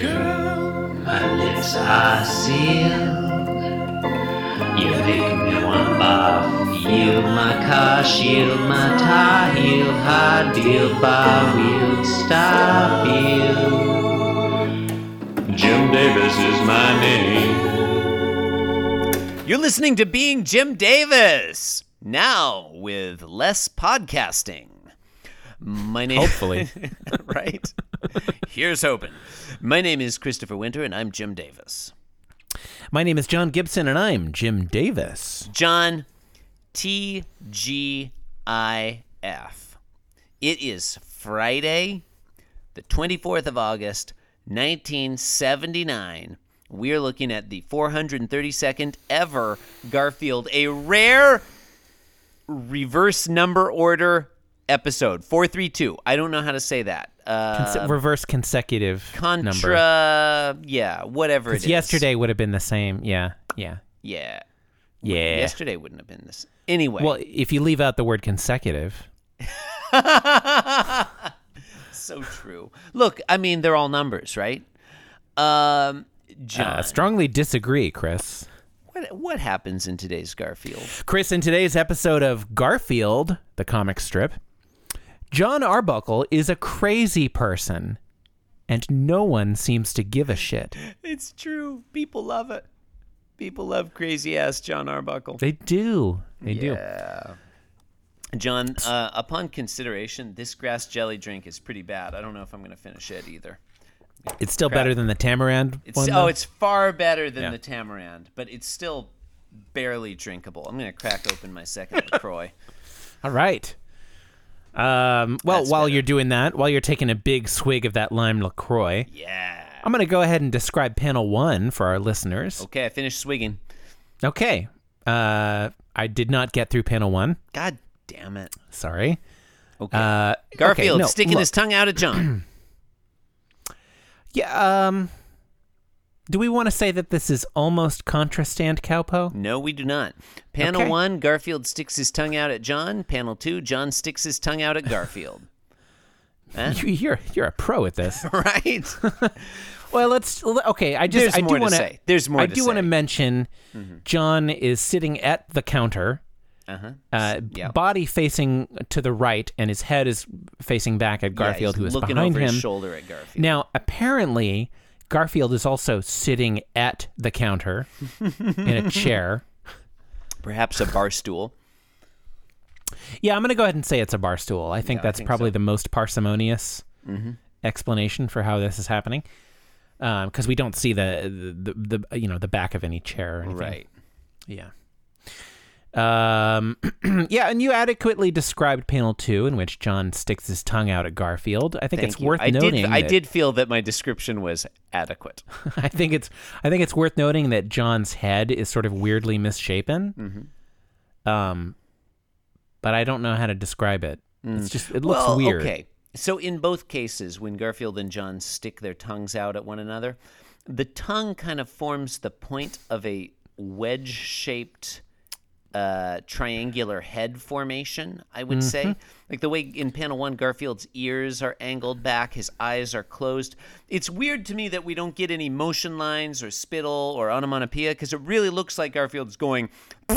Girl, my lips are sealed. You make me want bath. Yield my car, shield my tie, heel, high deal, bar wheel, stop heel. Jim Davis is my name. You're listening to Being Jim Davis now with less podcasting. My name, Hopefully. right? Here's hoping. My name is Christopher Winter, and I'm Jim Davis. My name is John Gibson, and I'm Jim Davis. John T G I F. It is Friday, the 24th of August, 1979. We're looking at the 432nd ever Garfield, a rare reverse number order episode. 432. I don't know how to say that. Uh, Conse- reverse consecutive number. contra. Yeah, whatever it is. Yesterday would have been the same. Yeah, yeah, Yeah. yeah. Yesterday wouldn't have been this. Anyway. Well, if you leave out the word consecutive, so true. Look, I mean, they're all numbers, right? Um, John, uh, strongly disagree, Chris. what what happens in today's Garfield? Chris, in today's episode of Garfield, the comic strip, John Arbuckle is a crazy person, and no one seems to give a shit. It's true. People love it. People love crazy ass John Arbuckle. They do. They do. Yeah. John, uh, upon consideration, this grass jelly drink is pretty bad. I don't know if I'm going to finish it either. It's still better than the tamarind It's one. oh, though. it's far better than Yeah. the tamarind, but it's still barely drinkable. I'm going to crack open my second Lacroix. All right. Um, well, That's while better. you're doing that, while you're taking a big swig of that lime LaCroix, Yeah. I'm going to go ahead and describe panel one for our listeners. Okay, I finished swigging. Oh. Okay. Uh, I did not get through panel one. God damn it. Sorry. Okay. Uh, Garfield okay, no, sticking look. his tongue out at John. Yeah. Um, do we want to say that this is almost contra stand cowpo? no, we do not. Panel Okay. one, Garfield sticks his tongue out at John. Panel two, John sticks his tongue out at Garfield. Huh? You, you're you're a pro at this. right? Well, let's l- okay. I just There's I more do to want say. There's more I to do want to say. Mm-hmm. mention John is sitting at the counter, Uh-huh. uh, b- yeah. body facing to the right, and his head is facing back at Garfield, yeah, he's who is looking behind over him. his shoulder at Garfield. Now, apparently, Garfield is also sitting at the counter in a chair. Perhaps a bar stool. Yeah, I'm going to go ahead and say it's a bar stool. I think that's probably the most parsimonious Mm-hmm. explanation for how this is happening, because we don't see the, the the the you know the back of any chair or anything. Right. Yeah. Um, yeah, and you adequately described panel two, in which John sticks his tongue out at Garfield. I think Thank it's you. worth I noting. Did, I that- did feel that my description was adequate. I think it's. I think it's worth noting that John's head is sort of weirdly misshapen. Mm-hmm. Um, but I don't know how to describe it. It's just. It looks Mm. well, weird. okay. So in both cases, when Garfield and John stick their tongues out at one another, the tongue kind of forms the point of a wedge-shaped uh, triangular head formation. I would say, Mm-hmm. like the way in panel one, Garfield's ears are angled back, his eyes are closed. It's weird to me that we don't get any motion lines or spittle or onomatopoeia because it really looks like Garfield's going,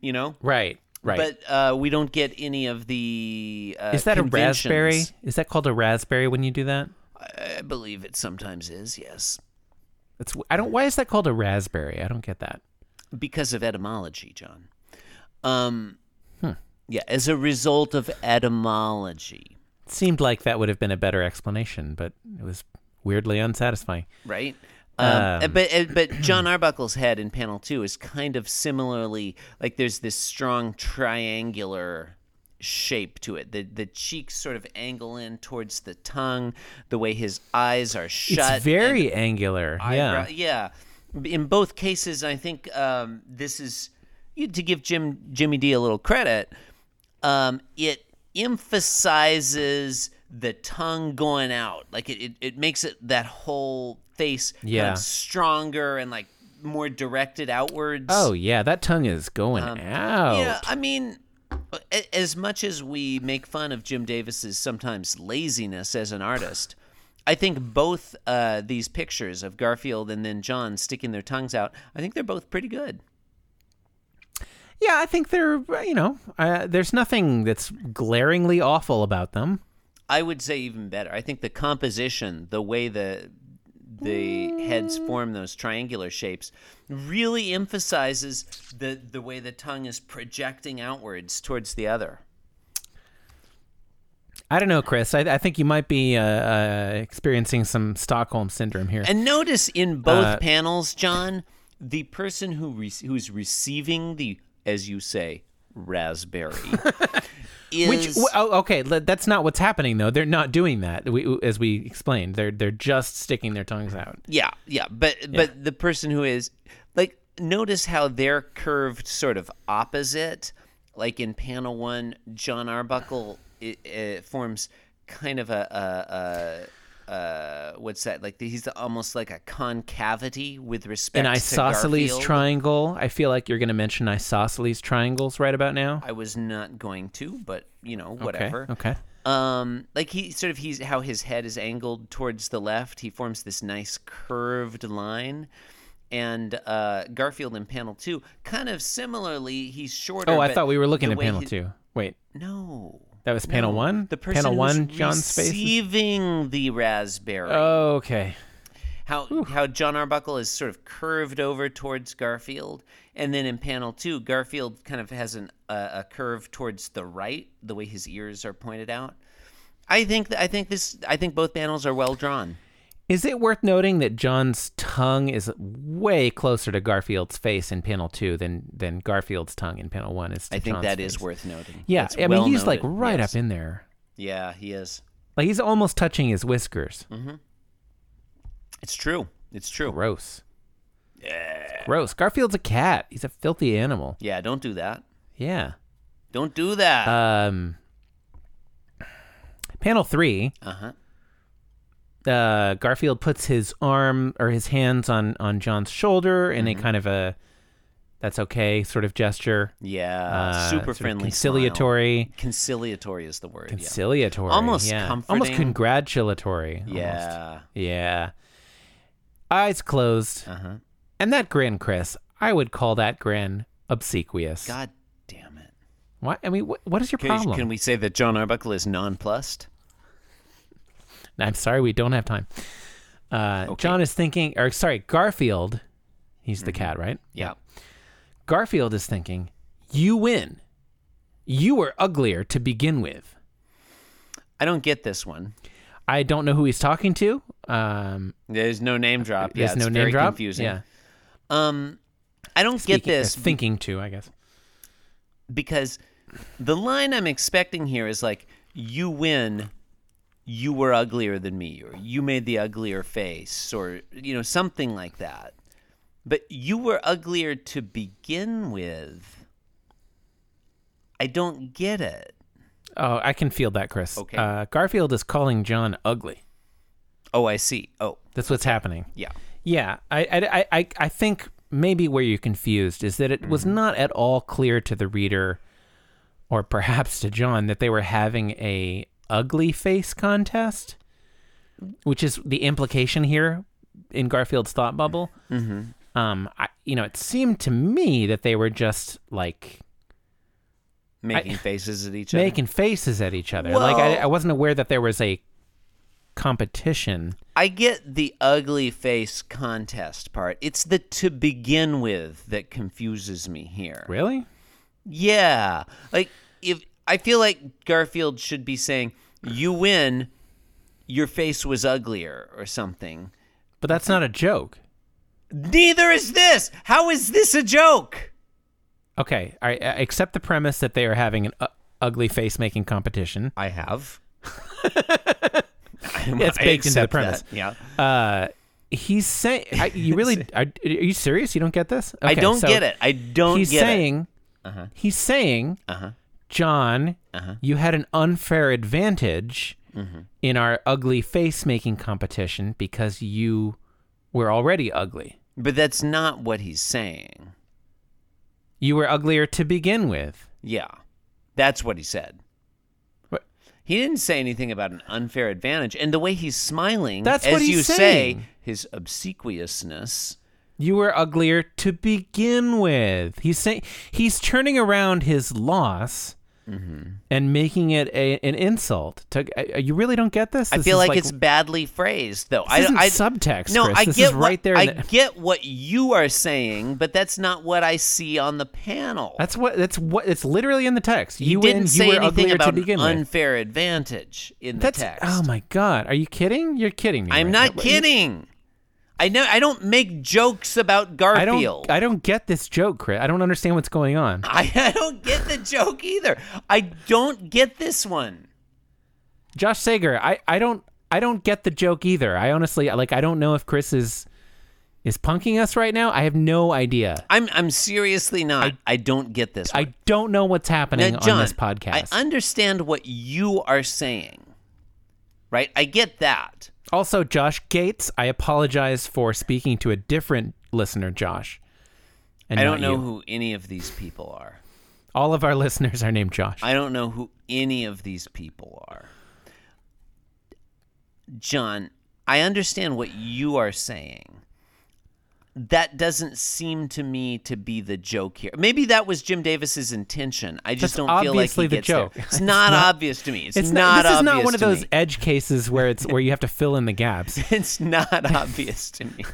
you know. Right. Right. But uh, we don't get any of the. Uh, is that a conventions. raspberry? Is that called a raspberry when you do that? I believe it sometimes is, yes. It's. I don't. Why is that called a raspberry? I don't get that. Because of etymology, John. Um, Yeah, as a result of etymology, It seemed like that would have been a better explanation, but it was weirdly unsatisfying. right? Um, but uh, but John Arbuckle's head in panel two is kind of similarly like there's this strong triangular shape to it. The the cheeks sort of angle in towards the tongue. The way his eyes are shut. it's very angular. eyebrow- Yeah. yeah. In both cases, I think um, this is you- to give Jim Jimmy D a little credit. Um, it emphasizes the tongue going out, like it, it, it makes it that whole face kind of Yeah. stronger and like more directed outwards. Oh yeah, that tongue is going Um, out. Yeah, I mean, a- as much as we make fun of Jim Davis's sometimes laziness as an artist, I think both uh, these pictures of Garfield and then John sticking their tongues out, I think they're both pretty good. Yeah, I think they're you know uh, there's nothing that's glaringly awful about them. I would say even better. I think the composition, the way the the heads form those triangular shapes, really emphasizes the the way the tongue is projecting outwards towards the other. I don't know, Chris. I, I think you might be uh, uh, experiencing some Stockholm syndrome here. And notice in both Uh, panels, John, the person who re- who's receiving the, as you say, raspberry, is Which w- oh, okay, le- that's not what's happening though. They're not doing that. We, as we explained, they're they're just sticking their tongues out. yeah, yeah, but but the person who is like, notice how they're curved sort of opposite. Like in panel one, John Arbuckle i uh forms kind of a. a, a uh, what's that like? He's almost like a concavity with respect An to isosceles Garfield. triangle. I feel like you're going to mention isosceles triangles right about now. I was not going to, but you know, whatever. Okay. Okay. Um, like he sort of he's how his head is angled towards the left. He forms this nice curved line. And uh, Garfield in panel two, kind of similarly, he's shorter. Oh, I but thought we were looking the at way panel he- two. Wait, No, that was panel No. one. The person panel who's one. John's face. receiving the raspberry. Oh, okay. how how John Arbuckle is sort of curved over towards Garfield, and then in panel two, Garfield kind of has an uh, a curve towards the right, the way his ears are pointed out. I think th- I think this I think both panels are well drawn. Is it worth noting that John's tongue is way closer to Garfield's face in panel two than than Garfield's tongue in panel one is? To I think John's that is face. worth noting. Yeah, That's I mean well he's like noted, right yes. up in there. Yeah, he is. Like he's almost touching his whiskers. Mm-hmm. It's true. It's true. Gross. Yeah. Gross. Garfield's a cat. He's a filthy animal. Yeah, don't do that. Yeah. Don't do that. Um. Panel three. Uh huh. uh, Garfield puts his arm or his hands on on John's shoulder in Mm-hmm. a kind of a "that's okay" sort of gesture, Yeah, uh, super sort of friendly, smile. conciliatory, Conciliatory is the word. yeah. conciliatory, Almost yeah. almost comforting. congratulatory, almost. yeah. yeah. Eyes closed, Uh huh. and that grin, Chris. I would call that grin obsequious. God damn it. Why? I mean, wh- what is your Can, problem? can we say that John Arbuckle is nonplussed? I'm sorry, we don't have time. Uh, John is thinking, or sorry, Garfield. He's the cat, right? Mm-hmm. Yeah. Garfield is thinking, you win. You were uglier to begin with. I don't get this one. I don't know who he's talking to. Um, There's no name drop. there's yeah, no it's name very drop. confusing. Yeah, Um, I don't Speaking- get uh, this thinking to, I guess. because the line I'm expecting here is like, you win, you were uglier than me, or you made the uglier face, or, you know, something like that. But you were uglier to begin with. I don't get it. Oh, I can feel that, Chris. Okay. Uh, Garfield is calling John ugly. Oh, I see. Oh, That's what's happening. yeah. Yeah, I, I, I, I- I think maybe where you're confused is that it was not at all clear to the reader, or perhaps to John, that they were having a ugly face contest, which is the implication here in Garfield's thought bubble. Mm-hmm. Um, I, you know, it seemed to me that they were just like Making faces at each other. making faces at each other. Like I, Well- I wasn't aware that there was a competition. I get the ugly face contest part. It's the to begin with that confuses me here. Really? Yeah. Like if I feel like Garfield should be saying, "You win, your face was uglier" or something. But that's not a joke. Neither is this. How is this a joke? Okay, all right. I accept the premise that they are having an u- ugly face making competition. I have. It's baked into the premise. Yeah. Uh, he's saying, "You really are, are you serious? You don't get this? I Okay, don't so get it. I don't he's get it. Uh-huh. saying, he's saying, John, you had an unfair advantage Mm-hmm. in our ugly face making competition because you were already ugly. But that's not what he's saying. You were uglier to begin with. Yeah. That's what he said. What- He didn't say anything about an unfair advantage, and the way he's smiling, That's as what he's you saying. say, his obsequiousness. You were uglier to begin with. He's saying he's turning around his loss Mm-hmm. and making it a, an insult. To, uh, you really don't get this. I This feel is like, it's badly phrased, though. I, isn't I subtext, No, Chris. I This get is right what, there I in the- get what you are saying, but that's not what I see on the panel. that's what that's what it's literally in the text. you You didn't win, say you were anything uglier to about begin an with. unfair advantage in That's the text. oh my god. Are you kidding? You're kidding me. I'm right not now. kidding. I know I don't make jokes about I don't. Garfield. I don't get this joke, Chris. I don't understand what's going on. I, I don't get the joke either. I don't get this one. Josh Sager, I, I don't I don't get the joke either. I honestly like I don't know if Chris is is punking us right now. I have no idea. I'm I'm seriously not. I, don't get this one. I don't know what's happening Now, John, on this podcast. I understand what you are saying. Right? I get that. also, Josh Gates, I apologize for speaking to a different listener, Josh. And I don't not know you. who any of these people are. All of our listeners are named Josh. I don't know who any of these people are. John, I understand what you are saying. That doesn't seem to me to be the joke here. Maybe that was Jim Davis's intention. I just That's don't feel like obviously he the gets joke. there. It's It's not, not- obvious to me. It's, it's not, This is not obvious one of to those me. edge cases where it's where you have to fill in the gaps It's not obvious to me.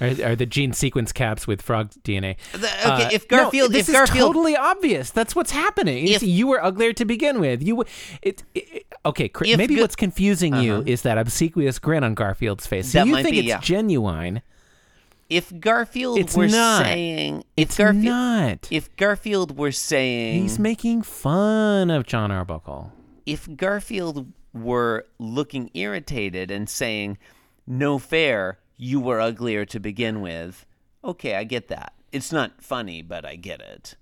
or, or the gene sequence caps with frog DNA. The- okay, Uh, if Garfield, no, this if Garfield, is totally obvious. That's what's happening. It's- If- you were uglier to begin with. You, w- it, it, it- okay? Chris, If maybe Ga- what's confusing you is that obsequious grin on Garfield's face. So That you might think be, it's yeah. genuine? if Garfield It's were not. saying, if It's Garfield, not. if Garfield were saying, He's making fun of John Arbuckle. if Garfield were looking irritated and saying, "No fair, you were uglier to begin with," okay, I get that. It's not funny, but I get it.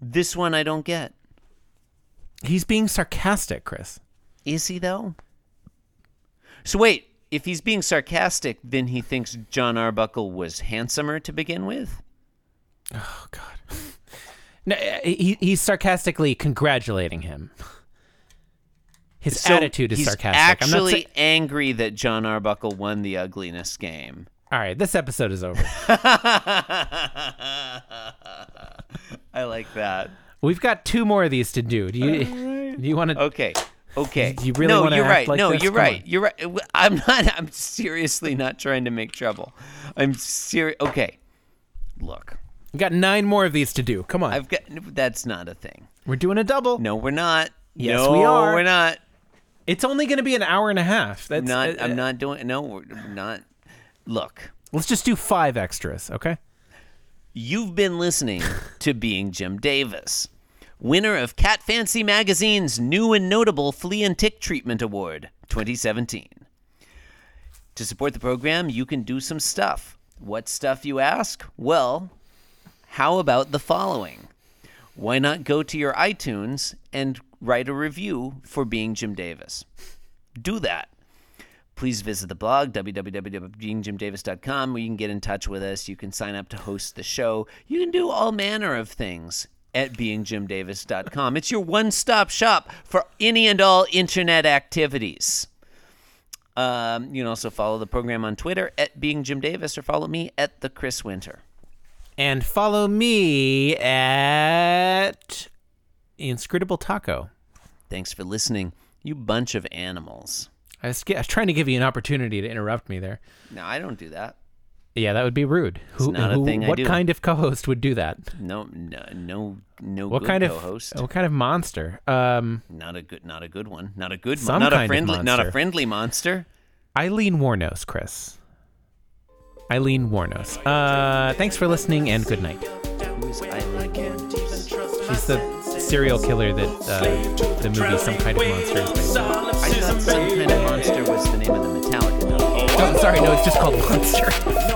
This one I don't get. He's being sarcastic, Chris. Is he though? So wait, if he's being sarcastic, then he thinks John Arbuckle was handsomer to begin with. Oh God. No, uh, he, he's sarcastically congratulating him. His So attitude is he's sarcastic. I'm not Actually, saying- angry that John Arbuckle won the ugliness game. All right, this episode is over. I like that. We've got two more of these to do. Do you do you want to? Okay. Okay. You really no, wanna you're act right. like no, this? you're Come right. on. You're right. I'm not. I'm seriously not trying to make trouble. I'm serious. Okay. Look, We've got nine more of these to do. Come on, I've got. That's not a thing. we're doing a double. No, we're not. Yes, no, we are. We're not. It's only going to be an hour and a half. That's not. uh, I'm uh, not doing. No, we're we're not. Look, Let's just do five extras, okay? you've been listening to Being Jim Davis, winner of Cat Fancy Magazine's new and notable Flea and Tick Treatment Award 2017. To support the program, you can do some stuff. What stuff, you ask? Well, how about the following? Why not go to your iTunes and write a review for Being Jim Davis? Do that. Please visit the blog, www.beingjimdavis.com, where you can get in touch with us. You can sign up to host the show. You can do all manner of things at beingjimdavis.com. It's your one stop shop for any and all internet activities. Um, you can also follow the program on Twitter at Being Jim Davis or follow me at The Chris Winter. And follow me at Inscrutable Taco. Thanks for listening, you bunch of animals. I was, g- I was trying to give you an opportunity to interrupt me there. No, I don't do that. Yeah, that would be rude. Who, not a who- thing I what do. kind of co-host would do that? No, no, no, no What good kind of co-host. what kind of monster? Um, Not a good, not a good one. Not a good, mon- Some not kind a of friendly, not a monster. friendly monster. Eileen Warnos, Chris. Eileen Warnos. Uh, thanks for listening and good night. Who's Eileen Warnos? She's the serial killer that uh, the movie Some Kind of Monster is based on. I thought some kind of monster was the name of the Metallica. Oh, No, sorry, no, it's just called Monster.